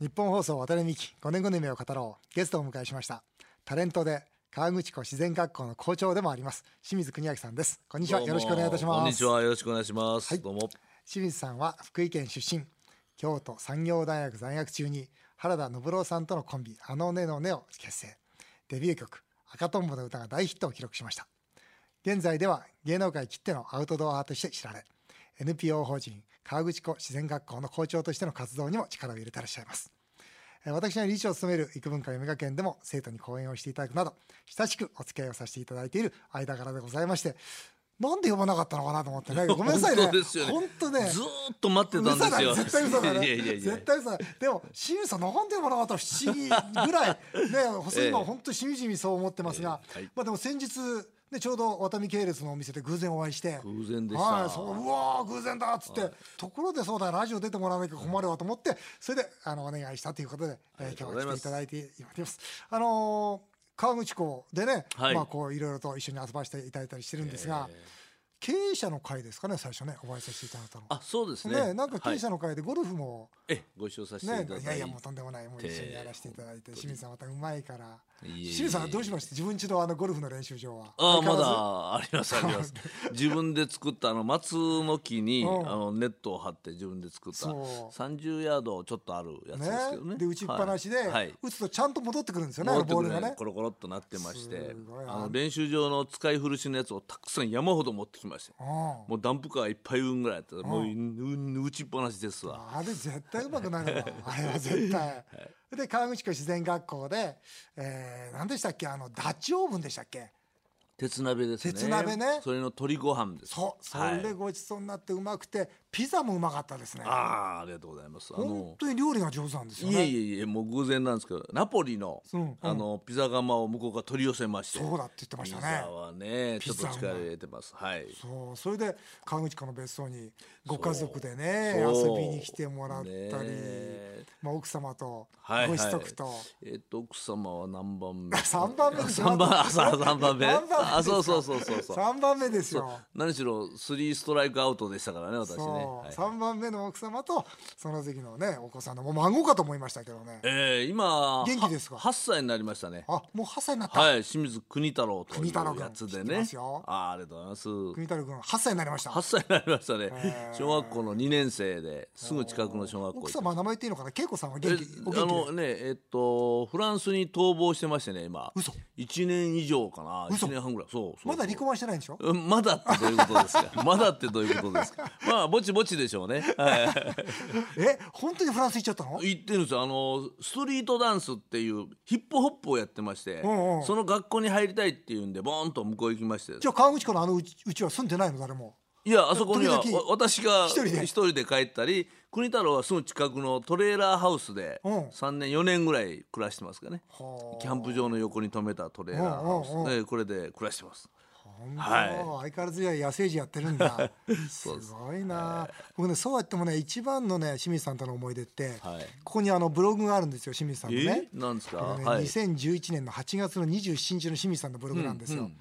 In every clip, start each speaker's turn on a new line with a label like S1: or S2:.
S1: 日本放送渡辺美希5年後の夢を語ろうゲストをお迎えしましたタレントで川口湖自然学校の校長でもあります清水邦明さんですこんにちは
S2: どうも
S1: よろしくお願いいたします
S2: こんにちはよろしくお願いします、
S1: はい
S2: どうも
S1: 清水さんは福井県出身京都産業大学在学中に原田信郎さんとのコンビ「あのねのね」を結成デビュー曲「赤とんぼの歌」が大ヒットを記録しました現在では芸能界きってのアウトドア派として知られ NPO 法人川口湖自然学校の校長としての活動にも力を入れてらっしゃいますえー私の理事長を務める幾文化夢学園でも生徒に講演をしていただくなど親しくお付き合いをさせていただいている間柄でございましてなんで呼ばなかったのかなと思ってねごめんなさいね
S2: 本当ですよね
S1: 本当ね
S2: ずーっと待ってたんですよ
S1: 嘘だ絶対嘘だね
S2: いやいやいや
S1: 絶対嘘だでも清水さんなんでもなかったの不思議ぐらいね細いの
S2: え
S1: は
S2: え
S1: 本当にしみじみそう思ってますが、
S2: ええはい
S1: まあでも先日ねちょうど渡辺系列のお店で偶然お会いして
S2: 偶然でした
S1: はい、そううわー偶然だっつって、ところでそうだラジオ出てもらわなきゃ困るわと思ってそれであのお願いしたということで、え
S2: あ
S1: ー
S2: りがと
S1: 今
S2: う
S1: 日
S2: ご
S1: は来てい
S2: ざいます
S1: ただいていますあのー川口湖でね、
S2: はい
S1: まあこういろいろと一緒に遊ばせていただいたりしてるんですが、経営者の会ですかね最初ねお会いさせていただいたの
S2: あそうですね
S1: ね、なんか経営者
S2: はい、
S1: の会でゴルフも、
S2: えご一緒させて
S1: ね
S2: いただい
S1: い
S2: て
S1: やいやもうとんでもないもう一緒に
S2: ええ
S1: やらせていただいて清水さんまたうまいから
S2: いえいえいえ
S1: 清水さんはどうしました自分家のあのゴルフの練習場は
S2: あ
S1: 相
S2: あ
S1: 変
S2: ま
S1: わらず
S2: だありますあり ます自分で作ったあの松の木に、
S1: うん
S2: あのネットを張って自分で作った
S1: そう
S2: 30ヤードちょっとあるやつですけどね
S1: ねで打ちっぱなしで、
S2: はいはい
S1: 打つとちゃんと戻ってくるんですよねあ
S2: 戻
S1: の
S2: っ
S1: ボ
S2: てく
S1: ール
S2: る
S1: が
S2: ね
S1: ね
S2: コロコロっとなってまして
S1: すごい
S2: あの練習場の使い古しのやつをたくさん山ほど持ってきまして
S1: うん
S2: もうダンプカーいっぱい運ぐらいやったらもううん打ちっぱなしですわ
S1: あれ絶対うまくな るわあれは絶対、で川口湖自然学校で、えー、何でしたっけあのダッチオーブンでしたっけ
S2: 鉄鍋ですね
S1: 鉄鍋ね
S2: それの鶏ご飯です
S1: そうそ
S2: はい
S1: れでごちそうになってうまくて、ピザもうまかったですね
S2: ああありがとうございますあ
S1: 本
S2: の
S1: 当に料理が上手なんですよ
S2: い
S1: ね
S2: えいえいえもう偶然なんですけどナポリの,、
S1: うんうん
S2: あのピザ窯を向こうから取り寄せまして
S1: そうだって言ってま
S2: ピ
S1: し
S2: ザ
S1: たね
S2: はねちょっと
S1: ピザう
S2: 力
S1: まい
S2: 入れてますはい
S1: そうそれで川口湖の別荘にご家族でね
S2: そ
S1: 遊
S2: う
S1: びに来てもらったり、
S2: ねえ
S1: まあ、奥様と
S2: はいはい
S1: ご子息と、
S2: えっと奥様は何番目
S1: 三番目ですよ
S2: 三番朝三番
S1: 三番目
S2: 目
S1: ですよ
S2: あそうそうそうそうそう
S1: 3番目ですよ。
S2: 何しろスリーストライクアウトでしたからね私ね、
S1: そ
S2: は
S1: う
S2: い
S1: 三番目の奥様とその時のねお子さんのもう孫かと思いましたけどね
S2: えー、今
S1: 元気ですか
S2: 8歳になりましたね
S1: あもう8歳になった、
S2: はい、清水国太郎とい
S1: 国太郎
S2: う
S1: 君
S2: やつで
S1: 知って
S2: ね
S1: ますよ。
S2: あーありがとうございます。
S1: 国太郎君8歳になりました
S2: 8歳になりました
S1: へ
S2: ね
S1: ー。
S2: 小学校の2年生で、すぐ近くの小学校
S1: 奥
S2: 行って。
S1: 様は名前言っていいのかな恵子さんは
S2: え
S1: 元気お元気
S2: あの
S1: で
S2: ね、えっと、フランスに逃亡してましてね、今。
S1: 嘘
S2: 1年以上かな。
S1: 嘘
S2: 1年半ぐらい。そうそうそう。
S1: まだ離婚はしてないんでしょ
S2: うんまだってどういうことです かまだってどういうことですかまあ、ぼちぼちでしょうね。はい。
S1: え本当にフランス行っちゃったの
S2: 言ってるんですよあのストリートダンスっていうヒップホップをやってまして、
S1: うんうん
S2: その学校に入りたいっていうんでボーンと向こう行きまして
S1: じゃあ川口湖のあのうちうちは住んでないの誰も
S2: いやあそこには
S1: 時々
S2: わ私が
S1: 一人で
S2: 一人で帰ったり国太郎はすぐ近くのトレーラーハウスで
S1: うん
S2: 3年4年ぐらい暮らしてますからね
S1: はあ
S2: キャンプ場の横に止めたトレーラーハ
S1: うん
S2: ウスでこれで暮らしてます
S1: 本当、
S2: はい
S1: 相変わらずや野生児やってるん だすごいな僕ねそうやってもね一番のね清水さんとの思い出って、
S2: はい
S1: ここにあのブログがあるんですよ清水さんのね
S2: えなんですか
S1: これね
S2: はい
S1: 2011年の8月の27日の清水さんのブログなんですよ、
S2: うんうん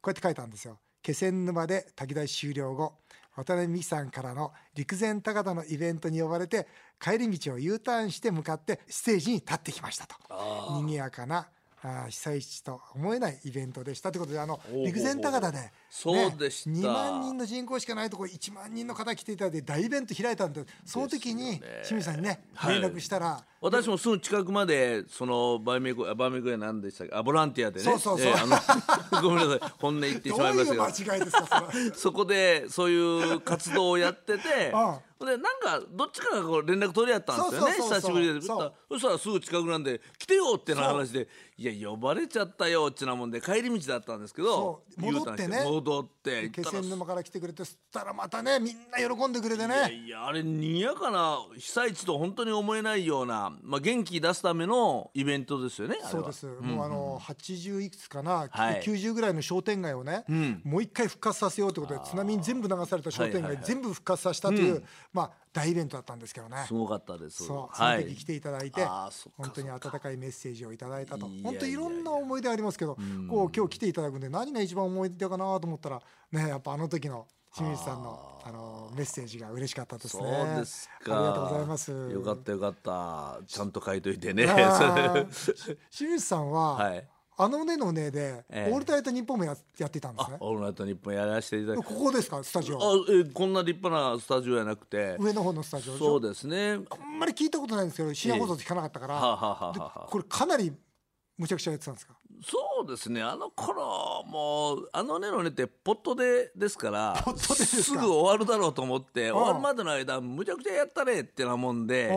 S1: こうやって書いたんですよ気仙沼で滝大終了後渡辺美樹さんからの陸前高田のイベントに呼ばれて帰り道を U ターンして向かってステージに立ってきましたと
S2: あー
S1: 賑やかなあー被災地と思えないイベントでしたということであの
S2: おうおうおう
S1: 陸前高田で、ね、
S2: そうでした
S1: 2万人の人口しかないところ1万人の方来ていただいて大イベント開いたんでその時に清水さんにね
S2: はい
S1: 連絡したら、
S2: 私もすぐ近くまでそのバイメイクあバイメイクや何でしたっけあボランティアでね
S1: そうそうそう
S2: えーあの ごめんなさい本音言ってし
S1: ど
S2: まいう
S1: い
S2: ました
S1: う
S2: けど
S1: 間違いですかそれ
S2: そこでそういう活動をやってて
S1: ああ
S2: ほんでなんかどっちかがこう連絡取り合ったんですよ
S1: そうそう
S2: ね
S1: そうそう
S2: 久しぶりで
S1: そう
S2: そしたらすぐ近くなんで来てよってな話でいや呼ばれちゃったよってなもんで帰り道だったんですけど
S1: そう戻ってね
S2: U ターンして戻って行
S1: 気
S2: ったら
S1: 仙沼から来てくれてそしたらまたねみんな喜んでくれて
S2: いや
S1: ね
S2: いやあれにぎやかな被災地と本当に思えないような、まあ、元気出すためのイベントですよねあれは
S1: そうです、もうあの80いくつかな、
S2: はい
S1: 90ぐらいの商店街をね、
S2: ん
S1: もう一回復活させようということで津波に全部流された商店
S2: はいは
S1: 街
S2: いはい
S1: 全部復活させたという、まあ、大イベントだったんですけどね
S2: すごかったです
S1: そうそ
S2: は
S1: の
S2: い
S1: 時来ていただいて、
S2: あーそっか
S1: 本当に温かいメッセージをいただいたと
S2: いやいや
S1: 本当にいろんな思い出ありますけどこう今日来ていただくんで何が一番思い出かなと思ったらねやっぱあの時の清水さんのあのメッセージが嬉しかったですね。
S2: そうですか
S1: ありがとうございます。
S2: よかったよかったちゃんと書いといてね
S1: あー
S2: それ
S1: 清水さんは、
S2: はい
S1: あのねのねで、
S2: ええ
S1: オールナイト日本もややっていたんですね
S2: 「。オールナイトニッポン」やらせていただ
S1: こ
S2: き
S1: こですかスタジ
S2: あ
S1: オ。
S2: えこんな立派なスタジオじゃなくて
S1: 上の方のスタジオでしょ
S2: そうですね
S1: あんまり聞いたことないんですけど深夜放送で聞かなかったから、
S2: はあはあは
S1: で
S2: あはあ
S1: これかなりむちゃくちゃやってたんですか
S2: そうですねあの頃もうあのねのねってポットでですから
S1: ポットでですか
S2: ぐ終わるだろうと思って
S1: うん
S2: 終わるまでの間むちゃくちゃやったねってなもんで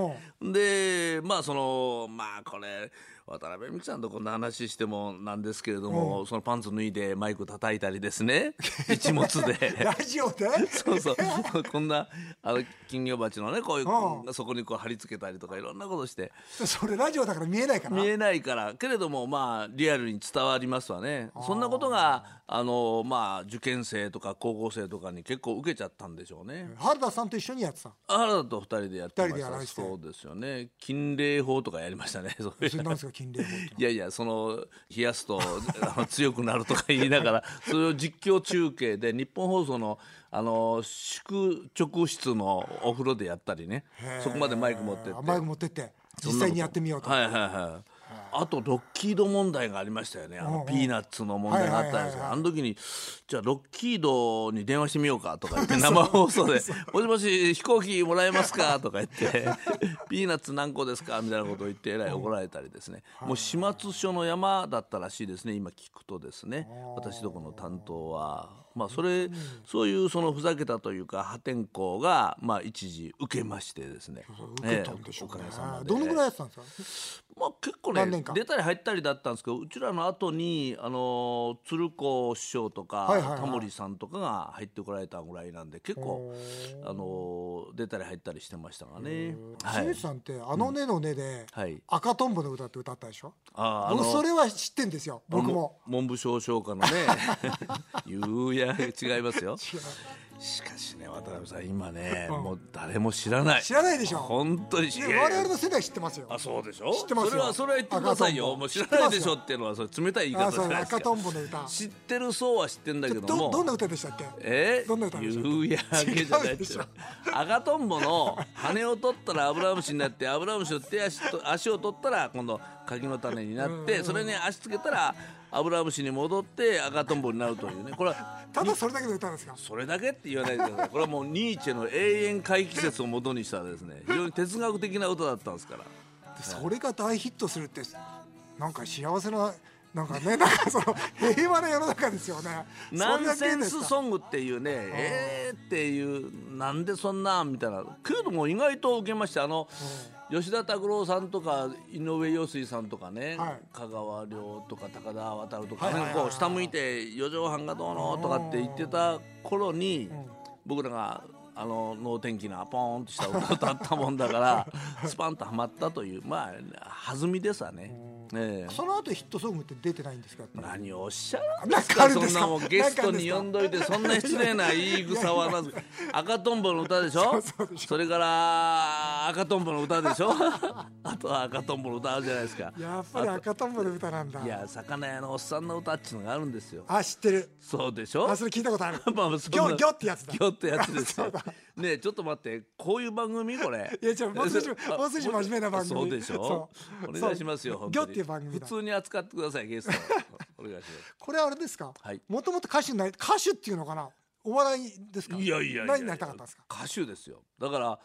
S2: でまあそのまあこれ渡辺美樹さんとこんな話してもなんですけれども、そのパンツ脱いでマイク叩いたりですね 一物 で
S1: ラ。ジオで
S2: そうそうこんなあの金魚鉢のねこういう、
S1: う
S2: そこにこう貼り付けたりとかいろんなことして
S1: それラジオだから見えないから
S2: 見えないからけれどもまあリアルに伝わりますわねそんなことがあのまあ受験生とか高校生とかに結構受けちゃったんでしょうね
S1: 原田さんと一緒にやってた
S2: 原田と二人でやって
S1: 二人
S2: ま
S1: で
S2: し
S1: やら
S2: た
S1: せて
S2: そうですよね禁令法とかやりましたねそういう
S1: それ なんですか金霊法って
S2: いやいやその冷やすとあの強くなるとか言いながらそれを実況中継で日本放送のあの宿直室のお風呂でやったりね そこまでマイク持ってっ
S1: あマイ
S2: て
S1: ク持ってって実際にやってみようと、
S2: はいはいはい。あとロッキード問題がありましたよね。あのピーナッツの問題があったん
S1: は
S2: ですけど、
S1: いはいはいはい
S2: あの時にじゃあロッキードに電話してみようかとか 言って生放送で「もしもし飛行機もらえますか?」とか言って 「ピーナッツ何個ですか?」みたいなことを言ってえらい怒られたりですね。もう始末書の山だったらしいですね。今聞くとですね、私どこの担当は。まあそれそういうそのふざけたというか破天荒がまあ一時受けましてですね。
S1: 受けたんでしょ
S2: ええ
S1: う
S2: お
S1: ね
S2: かげさまで。
S1: どのぐらいやってたんですか
S2: まあ、結構
S1: 何年
S2: ね
S1: 間
S2: 出たり入ったりだったんですけどうちらの後にあのー鶴子師匠とか、
S1: はいはいはい
S2: タモリさんとかが入ってこられたぐらいなんで結構あのー出たり入ったりしてましたがね。は
S1: 清
S2: い
S1: 水、さんってあのねのねで、
S2: はい
S1: 赤とんぼの歌って歌ったでしょ
S2: あーあ
S1: 僕
S2: の
S1: それは知ってんですよ僕も
S2: 文部省唱歌の ね夕焼け違いますよしかしね渡辺さん今ね、もう誰も知らない
S1: 知らないでしょ
S2: 本当に知
S1: ね我々の世代知ってますよ
S2: あそうでしょ
S1: 知ってますよ
S2: それはそれは言ってくださ
S1: 赤
S2: い
S1: と
S2: よ
S1: んぼ
S2: もう知らないでしょっていうのはそれ冷たい言い
S1: あ
S2: 方じ
S1: そ
S2: ゃ
S1: う
S2: ないです
S1: 赤
S2: か
S1: とんぼの歌
S2: 知ってる層は知ってんだけども
S1: どどんな歌でしたっけ
S2: え
S1: どんな歌でしょう
S2: 夕焼けじゃない
S1: 違う
S2: で
S1: で
S2: し
S1: し
S2: ょ
S1: ょ
S2: 赤とんぼの羽を取ったらアブラムシになってアブラムシの手足と足を取ったら今度柿の種になってそれに足つけたらアブラムシに戻って赤とんぼになるというねこれは
S1: ただそれだけの歌なんですか
S2: それだけって言わないでくださいこれはもうニーチェの永遠回帰説を元にしたですね非常に哲学的な歌だったんですから
S1: それが大ヒットするってなんか幸せななんかねなん かその平和な世の中ですよね
S2: ナンセンス
S1: ン
S2: ソングっていうねえーっていうなんでそんなみたいなけれども意外と受けましてあの吉田拓郎さんとか井上陽水さんとかね、
S1: はい
S2: 香川亮とか高田渡るとか、
S1: はいはい
S2: なんかこう下向いて四畳半がどうのとかって言ってた頃に、僕らがあの能天気なポーンとした歌を歌ったもんだからスパンとはまったというまあ弾みですわね。ええ
S1: その後ヒットソングって出てないんですかやっぱり
S2: 何をおっしゃるんで
S1: なん
S2: す
S1: かあ
S2: か
S1: るん
S2: そ
S1: で
S2: ん
S1: すか
S2: なもんゲストに呼んどいてそんな失礼な言い草はな赤とんぼの歌でしょそれから赤とんぼの歌でしょ あとは赤とんぼの歌あるじゃないですか
S1: やっぱり赤とんぼの歌なんだ
S2: いや魚屋のおっさんの歌っちゅうのがあるんですよ
S1: あ知ってる
S2: そうでしょ
S1: あそれ聞いたことある
S2: ま あそん
S1: ギ
S2: な
S1: ョギョってやつだ
S2: ギョってやつですよねえちょっと待ってこういう番組これ
S1: いやじゃあも う少し
S2: あ
S1: もう少し真面目な番組
S2: そうでしょ
S1: そう
S2: お願いしますよ
S1: そう
S2: 本
S1: ギョ
S2: 当
S1: っ
S2: に
S1: ていう番組
S2: 普
S1: だ
S2: 通に扱ってくださいゲストをお願いします
S1: これはあれですか
S2: はい
S1: もともと歌手になり歌手っていうのかなお笑いですか
S2: いやいやいや
S1: 何になりたかったんですか
S2: 歌手ですよだから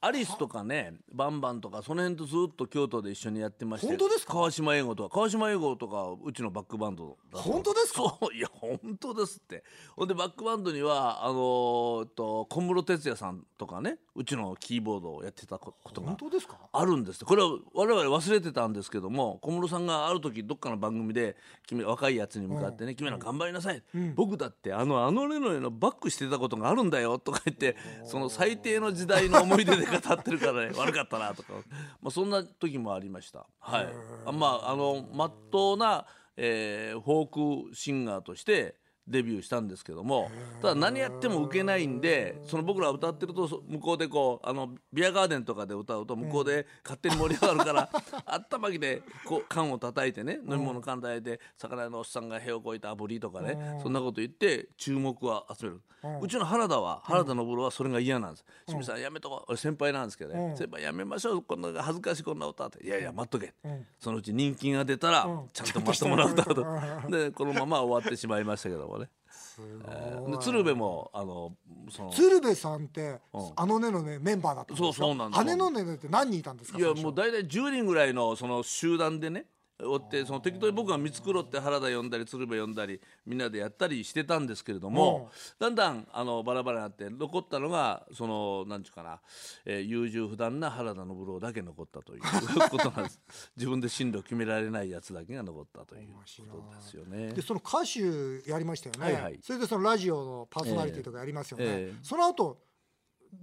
S2: アリスとかねバンバンとかその辺とずっと京都で一緒にやってまして
S1: 本当ですか
S2: 川島英語とか川島英語とかうちのバックバンドだと
S1: 本当ですか
S2: そういや本当ですってほんでバックバンドにはあのーえっと小室哲哉さんとかねうちのキーボードをやってたこことが
S1: 本当ですか
S2: あるんですってこれは我々忘れてたんですけども小室さんがある時どっかの番組で君若いやつに向かってね「君ら頑張りなさい、僕だってあのあのねのねのバックしてたことがあるんだよ」とか言ってその最低の時代の思い出で語ってるからね 悪かったなとか、まあ、そんな時もありました。はい、あまああの真っ当な、えーフォークシンガーとしてデビューしたんですけどもただ何やっても受けないんでその僕ら歌ってるとそ向こうでこうあのビアガーデンとかで歌うと向こうで勝手に盛り上がる から、あったまきでこう缶を叩いてね飲み物缶叩いて魚屋のおっさんが屁をこいた炙りとかねそんなこと言って注目は集めるうちの原田は原田昇はそれが嫌なんです「清水さんやめとこう俺先輩なんですけどね先輩やめましょうこんな恥ずかしいこんな歌」って「いやいや待っとけ」そのうち人気が出たらちゃんとまともな歌うと でこのまま終わってしまいましたけど もね。
S1: す
S2: え
S1: ご
S2: ーで
S1: い
S2: 鶴瓶もあのその
S1: 鶴瓶さんって、
S2: うん
S1: あのねのねメンバーだったんですよ
S2: そうそうなんです
S1: 姉のねのねって何人いたんですか
S2: いや
S1: 最初
S2: もう大体10人ぐらいのその集団でねおってその適当に僕が三つ黒って原田呼んだり鶴瓶呼んだりみんなでやったりしてたんですけれども、だんだんあのバラバラになって残ったのがその何ちゅうかな、えー優柔不断な原田信郎だけ残ったという ことなんです自分で進路決められないやつだけが残ったということですよね
S1: で。その歌手やりましたよね、
S2: はいはい
S1: それでそのラジオのパーソナリティとかやりますよね、
S2: ええええ
S1: その後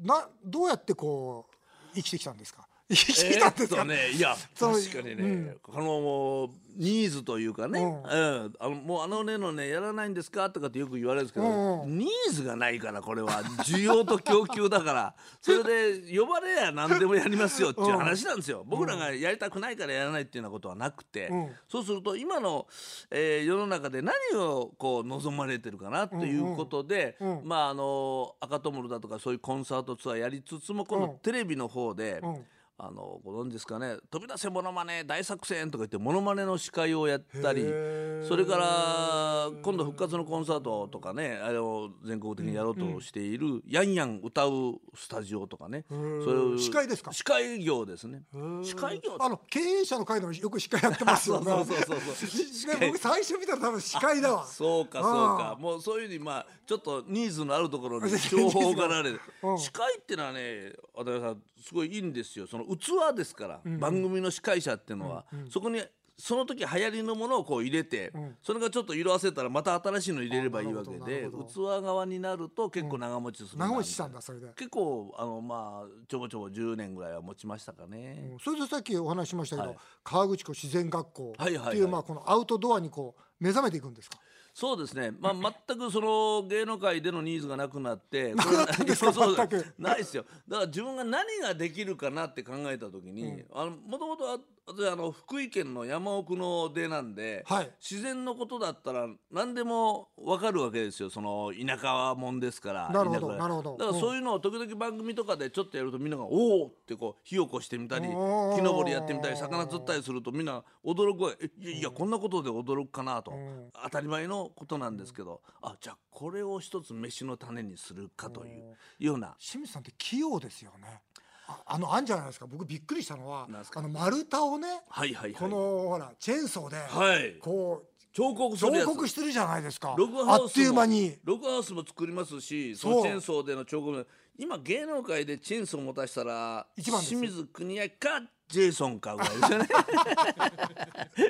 S1: などうやってこう生きてきたんですか 生きてきたんです
S2: え
S1: か、
S2: ーっと ねいや
S1: その
S2: 確かにね、
S1: うん
S2: このもうニーズというかね、
S1: う
S2: うんんあのもうあのねのねやらないんですかとかってよく言われるんですけど、
S1: うんうん
S2: ニーズがないからこれは需要と供給だから それで呼ばれや何でもやりますよっていう話なんですよ、僕らがやりたくないからやらないっていうようなことはなくて、
S1: うん
S2: そうすると今の、えー世の中で何をこう望まれてるかなということで、
S1: うんうんうん
S2: まああの赤トムルだとかそういうコンサートツアーやりつつも今
S1: うん
S2: 度テレビの方で、
S1: うん
S2: あのご存知ですかね「飛び出せモノマネ大作戦」とか言ってモノマネの司会をやったり
S1: へー
S2: それから今度復活のコンサートとかねあれを全国的にやろうとしている「ヤンヤン歌うスタジオ」とかねそう
S1: ーん
S2: いう
S1: 司会ですか
S2: 司会業ですね司会業
S1: あの経営者の会でもよく司会やってますよね
S2: そうそうそうそう
S1: 司 会僕最初見たら多分司会だわ
S2: そうかそう
S1: あ
S2: かもうそういうふうにまあちょっとニーズのあると ころに情報がられて
S1: うん
S2: 司会ってのはね渡辺さんすごいいいんですよその器ですから、番組の司会者っていうのは、そこにその時流行りのものをこう入れて、
S1: ん
S2: それがちょっと色あせたらまた新しいの入れればいいわけ
S1: あな
S2: で
S1: るほどなる
S2: 器側になると結構長持ちするな、
S1: 長持ちしたんだそれで、
S2: 結構あのまあちょぼちょぼ10年ぐらいは持ちましたかね。
S1: うんそれでさっきお話ししましたけど、
S2: はい
S1: 川口湖自然学校っていう、
S2: はいはいはい
S1: まあこのアウトドアにこう目覚めていくんですか
S2: そうですね、まあ、全くその芸能界でのニーズがなくなって、 な
S1: くなったんですか全く
S2: ないですよ、だから自分が何ができるかなって考えたときに、あのもともと私あの、福井県の山奥の出なんで、
S1: はい
S2: 自然のことだったら、何でも分かるわけですよ、その田舎はもんですから、
S1: なるほど
S2: 田舎は
S1: なるほど
S2: だからそういうのを時々番組とかでちょっとやると、みんながおおってこう火起こしてみたり、木
S1: おー
S2: 登りやってみたり、魚釣ったりすると、みんな驚くわけ、えいやいや、こんなことで驚くかなと。
S1: ん
S2: 当たり前のことなんですけど、あじゃあこれを一つ飯の種にするかというような
S1: 清水さんって器用ですよねああのあんじゃないですか僕びっくりしたのは
S2: なんですか
S1: あの丸太をね、
S2: はいはいはい
S1: このほらチェーンソーで、
S2: はい
S1: こう
S2: 彫刻す
S1: 彫
S2: るやつ
S1: 刻してるじゃないですか
S2: ログ
S1: あ
S2: ハウ
S1: っ
S2: ス
S1: という
S2: も
S1: 間に
S2: ログハウスも作りますし
S1: そ
S2: そうのチェーンソーでの彫刻も今芸能界でチェーンソー持たしたら
S1: 一番です
S2: 清水国明かジェイソンかぐらいです よね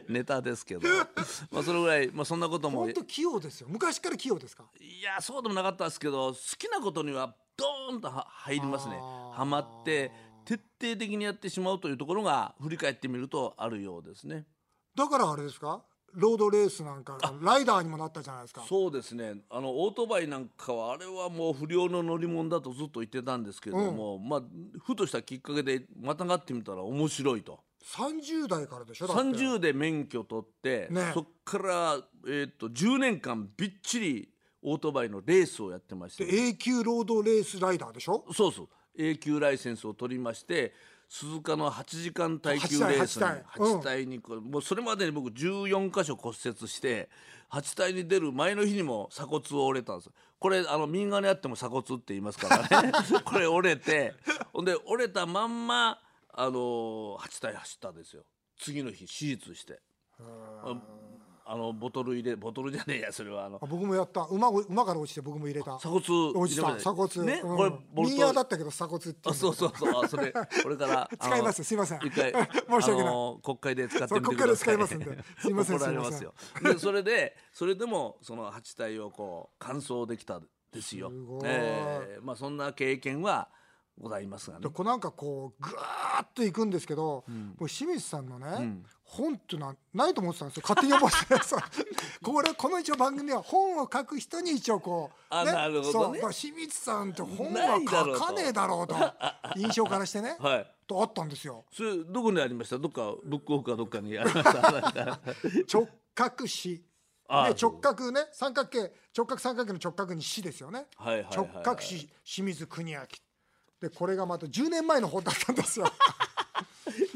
S2: ネタですけどまあそれぐらい、まあ、そんなことも
S1: 本当器用ですよ昔から器用ですか
S2: いやそうでもなかったですけど好きなことにはドーンとは入りますね
S1: あー
S2: ハマって徹底的にやってしまうというところが振り返ってみるとあるようですね
S1: だからあれですかロードレースなんかライダーにもなったじゃないですか
S2: そうですねあのオートバイなんかはあれはもう不良の乗り物だとずっと言ってたんですけれども、まあふとしたきっかけでまたがってみたら面白いと
S1: 30代からでしょだって
S2: 30で免許取って、
S1: ね
S2: そっから、えーっと10年間びっちりオートバイのレースをやってまして、
S1: で A 級ロードレースライダーでしょ
S2: そうそう永久ライセンスを取りまして鈴鹿の8時間耐久レースに
S1: 8体
S2: 8
S1: うん
S2: 体にこうもうそれまでに僕14箇所骨折して8体に出る前の日にも鎖骨を折れたんですこれあの右側にあっても鎖骨って言いますか らねこれ折れてほんで折れたまんまあの8体走ったんですよ次の日手術してああのボトル入れボトルじゃねえやそれはあの
S1: あ僕もやった馬を馬から落ちて僕も入れた
S2: 鎖骨
S1: 落ち
S2: 入れ
S1: た
S2: まし
S1: 鎖骨、
S2: ね、
S1: うん
S2: これボル
S1: 右
S2: ト
S1: 側だったけど鎖骨っていうんだ
S2: あ
S1: けど
S2: そうそうそうあそれこれからあ の
S1: 使いますすいません
S2: 一回
S1: 申し訳ない
S2: あの国会で使ってみて
S1: そう
S2: ください
S1: 国会で使いますん ですいません
S2: 怒られますよでそれでそれでもその八体をこう完走できたんですよ
S1: すごい
S2: えーまあそんな経験はございますがね
S1: で。こうなんかこうぐーっといくんですけど、
S2: うん
S1: 僕清水さんのね、
S2: うん
S1: 本ってなないと思ってたんですよ 勝手に思ってたそうこれこの一応番組は本を書く人に一応こう、
S2: あなるほ
S1: そ
S2: どね
S1: うだから清水さんって本
S2: な
S1: はい
S2: だろう
S1: 書
S2: と
S1: かねえだろうと 印象からしてね、
S2: はい。
S1: とあったんですよ
S2: それどこにありました？どっかブックオフかどっかにありました。 なんか
S1: 直角視
S2: あ
S1: ね直角ね三角形直角三角形の直角に死ですよね、
S2: はいはいはいはい
S1: 直角視清水国明でこれがまた10年前の本だったんですよ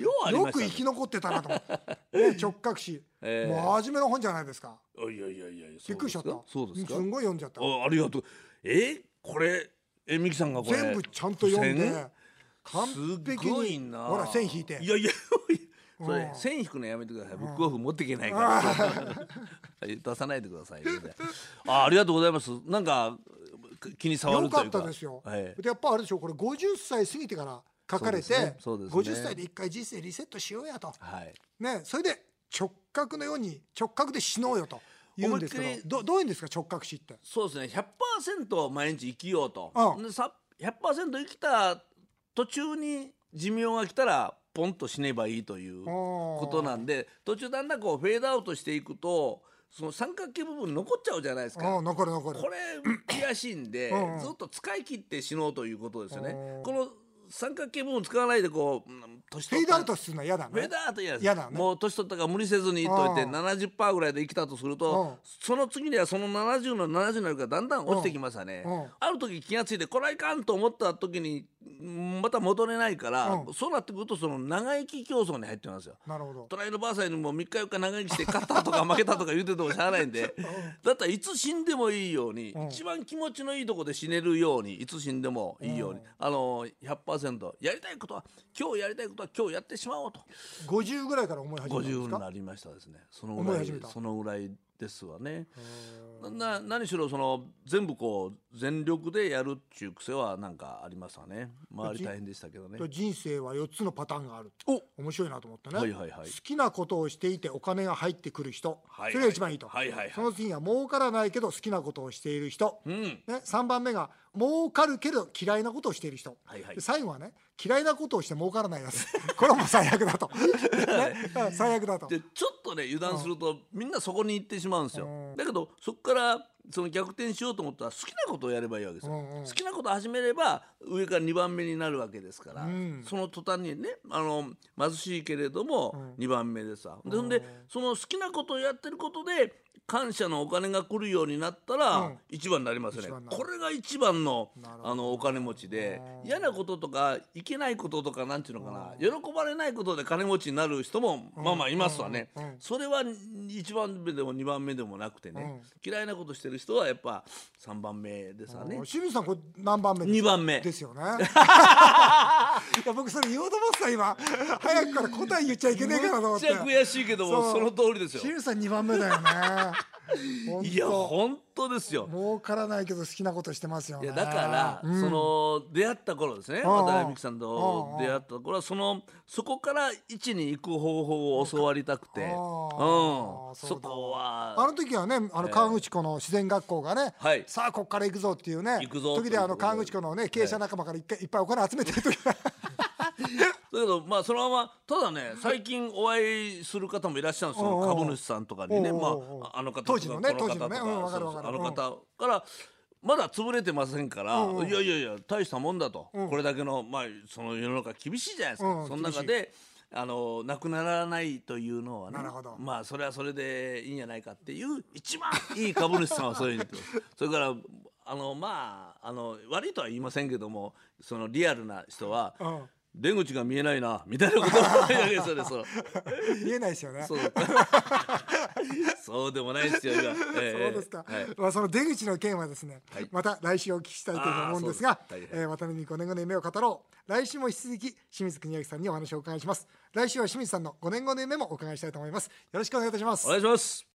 S2: よ うあり
S1: よ
S2: ま
S1: く生
S2: し
S1: き残ってたなと思って、 ね、直角視、
S2: ええ
S1: もう真面目な本じゃないですか
S2: たね。いやいやいやいや。
S1: びっくりしちゃった
S2: そうですか。
S1: んごい読んじゃった
S2: あありがとう。えこれえみきさんがこれ
S1: 全部ちゃんと読ん
S2: 付
S1: で
S2: 箋
S1: 完
S2: す
S1: 璧
S2: ごい
S1: に
S2: な。
S1: ほら線引いて
S2: いやいや。それ
S1: うん
S2: 線引くのやめてください。ブックオフ持っていけないから。 出さないでくださいね。あありがとうございます。なんか気に障
S1: よ
S2: ると
S1: か
S2: い
S1: っ
S2: うか。
S1: たですよ、
S2: はい。
S1: でやっぱあれでしょこれ50歳過ぎてから書かれて、
S2: そうですねそうですね
S1: 50歳で一回人生リセットしようやと
S2: はい。
S1: ねそれで直角のように直角で死のうよと言うんですけ
S2: 思いっきり
S1: どどどういうんですか直角死って
S2: そうですね100%毎日生きようと、
S1: うん
S2: でさ100%生きた途中に寿命が来たらポンと死ねばいいということなんで途中だんだんこうフェードアウトしていくとその三角形部分残っちゃうじゃないです
S1: あ
S2: か
S1: あ。残る残る
S2: これ悔しいんで
S1: うんうん
S2: ずっと使い切って死のうということですよ
S1: う
S2: ね
S1: ん。
S2: この三角形部分使わないでこううん年
S1: フェ
S2: 取っ
S1: ード
S2: た
S1: アウトするのは嫌だね
S2: フェードアウト嫌です
S1: 嫌だね
S2: もう年取ったから無理せずに言っといて
S1: うん
S2: 70%ぐらいで生きたとすると
S1: うん
S2: その次にはその70の70になるからだんだん落ちてきますよね
S1: うん
S2: ある時気がついてこれはいかんと思った時にうんまた戻れないから
S1: うん
S2: そうなってくるとその長生き競争に入ってますよ
S1: なるほど
S2: 隣のばあさんにも3日4日長生きして勝ったとか負けたとか言うててもしゃあないんでだったらいつ死んでもいいように
S1: うん
S2: 一番気持ちのいいとこで死ねるようにいつ死んでもいいように
S1: うん
S2: あの100%やりたいことは今日やりたいことは今日やってしまおうと
S1: 50ぐらいから思い始めたんで
S2: 50
S1: す
S2: に
S1: か
S2: なりましたですねそのぐ
S1: 思い
S2: らい
S1: 始めた
S2: そのぐらいですわね
S1: うん
S2: な何しろその全部こう全力でやるっていう癖はなんかありますわね周り大変でしたけどね
S1: 人生は4つのパターンがある
S2: お
S1: 面白いなと思ったね、
S2: はいはいはい
S1: 好きなことをしていてお金が入ってくる人、
S2: はいはい
S1: それが一番いいと、
S2: はいはいはい
S1: その次が儲からないけど好きなことをしている人、
S2: うん
S1: ね、3番目が儲かるけど嫌いなことをしている人、
S2: はいはい
S1: で最後はね嫌いなことをして儲からないやつ これも最悪だ と、ね、最悪だと
S2: でちょっとね油断するとみんなそこに行ってしまうんですよ
S1: うん
S2: だけどそこからその逆転しようと思ったら好きなことをやればいいわけですよ、
S1: うんうん
S2: 好きなことを始めれば上から2番目になるわけですから、
S1: うん
S2: その途端にねあの貧しいけれども2番目でさ、でそんでその好きなことをやってることで感謝のお金が来るようになった
S1: う
S2: ら
S1: ん
S2: 一番になりますよね、
S1: 一番になる
S2: これが一番の
S1: なるほど
S2: あのお金持ちで嫌なこととかいけないこととかなんていうのかな喜ばれないことで金持ちになる人もまあまあいますわね、
S1: うんうんうん
S2: それは1番目でも2番目でもなくてね、嫌いなことしてる人はやっぱ3番目ですわね
S1: 清水さんこれ何番目ですか
S2: 2番目
S1: ですよね いや僕それ言おうと思ってた今早くから答え言っちゃいけねえからと思
S2: め
S1: っ
S2: ってちゃ悔しいけどもその通りです
S1: 清
S2: よ
S1: 水さん2番目だよ ね本
S2: いや
S1: 当
S2: 本当ですよ
S1: 儲からないけど好きなことしてますよ
S2: い
S1: ね
S2: やだから、
S1: うん
S2: その出会った頃ですね
S1: うんうん
S2: 渡辺美樹さんと
S1: うんうん
S2: 出会った頃はそのそこから一に行く方法を教わりたくて、うん、
S1: あー
S2: そ
S1: そうだ
S2: こ
S1: あ
S2: は
S1: の時はねあの川口湖の自然学校がね、
S2: はい
S1: さあこっから行くぞっていうね
S2: 行くぞ
S1: 時であ
S2: とい
S1: の
S2: うことで
S1: 川口湖のね経営者仲間からいっぱいいっぱいお金集めてる時 が
S2: だけどまあそのままただね最近お会いする方もいらっしゃるんです
S1: うん
S2: よ
S1: うん
S2: 株主さんとかにね
S1: うんうん
S2: ま
S1: うん
S2: ああの方
S1: 当時のね
S2: と
S1: 当
S2: かこ
S1: 時のね
S2: 方と
S1: うんわ
S2: か
S1: かる
S2: そ
S1: わ
S2: う
S1: か
S2: そう
S1: る
S2: あの方からまだ潰れてませんから
S1: うんうん
S2: いやいやいや大したもんだと
S1: うん
S2: これだけのまあその世の中厳しいじゃないで
S1: う
S2: すか
S1: ん
S2: その中であのなくならないというのはね
S1: なるほど
S2: まあそれはそれでいいんじゃないかっていう一番いい株主さんはそういうふうに言ってます それからあのまああの悪いとは言いませんけどもそのリアルな人は
S1: うん
S2: 出口が見えないなみたいなことを言うわけですよね。そう
S1: 見えないですよね
S2: そうそうでもないです よ今。ええ
S1: そうですか、
S2: はい
S1: まあ、その出口の件はですね、
S2: はい
S1: また来週お聞きしたいというふうに思うんですが
S2: あーそうです大変
S1: えー渡辺美5年後の夢を語ろう来週も引き続き清水邦明さんにお話をお伺いします来週は清水さんの5年後の夢もお伺いしたいと思いますよろしくお願いいたします
S2: お願いします。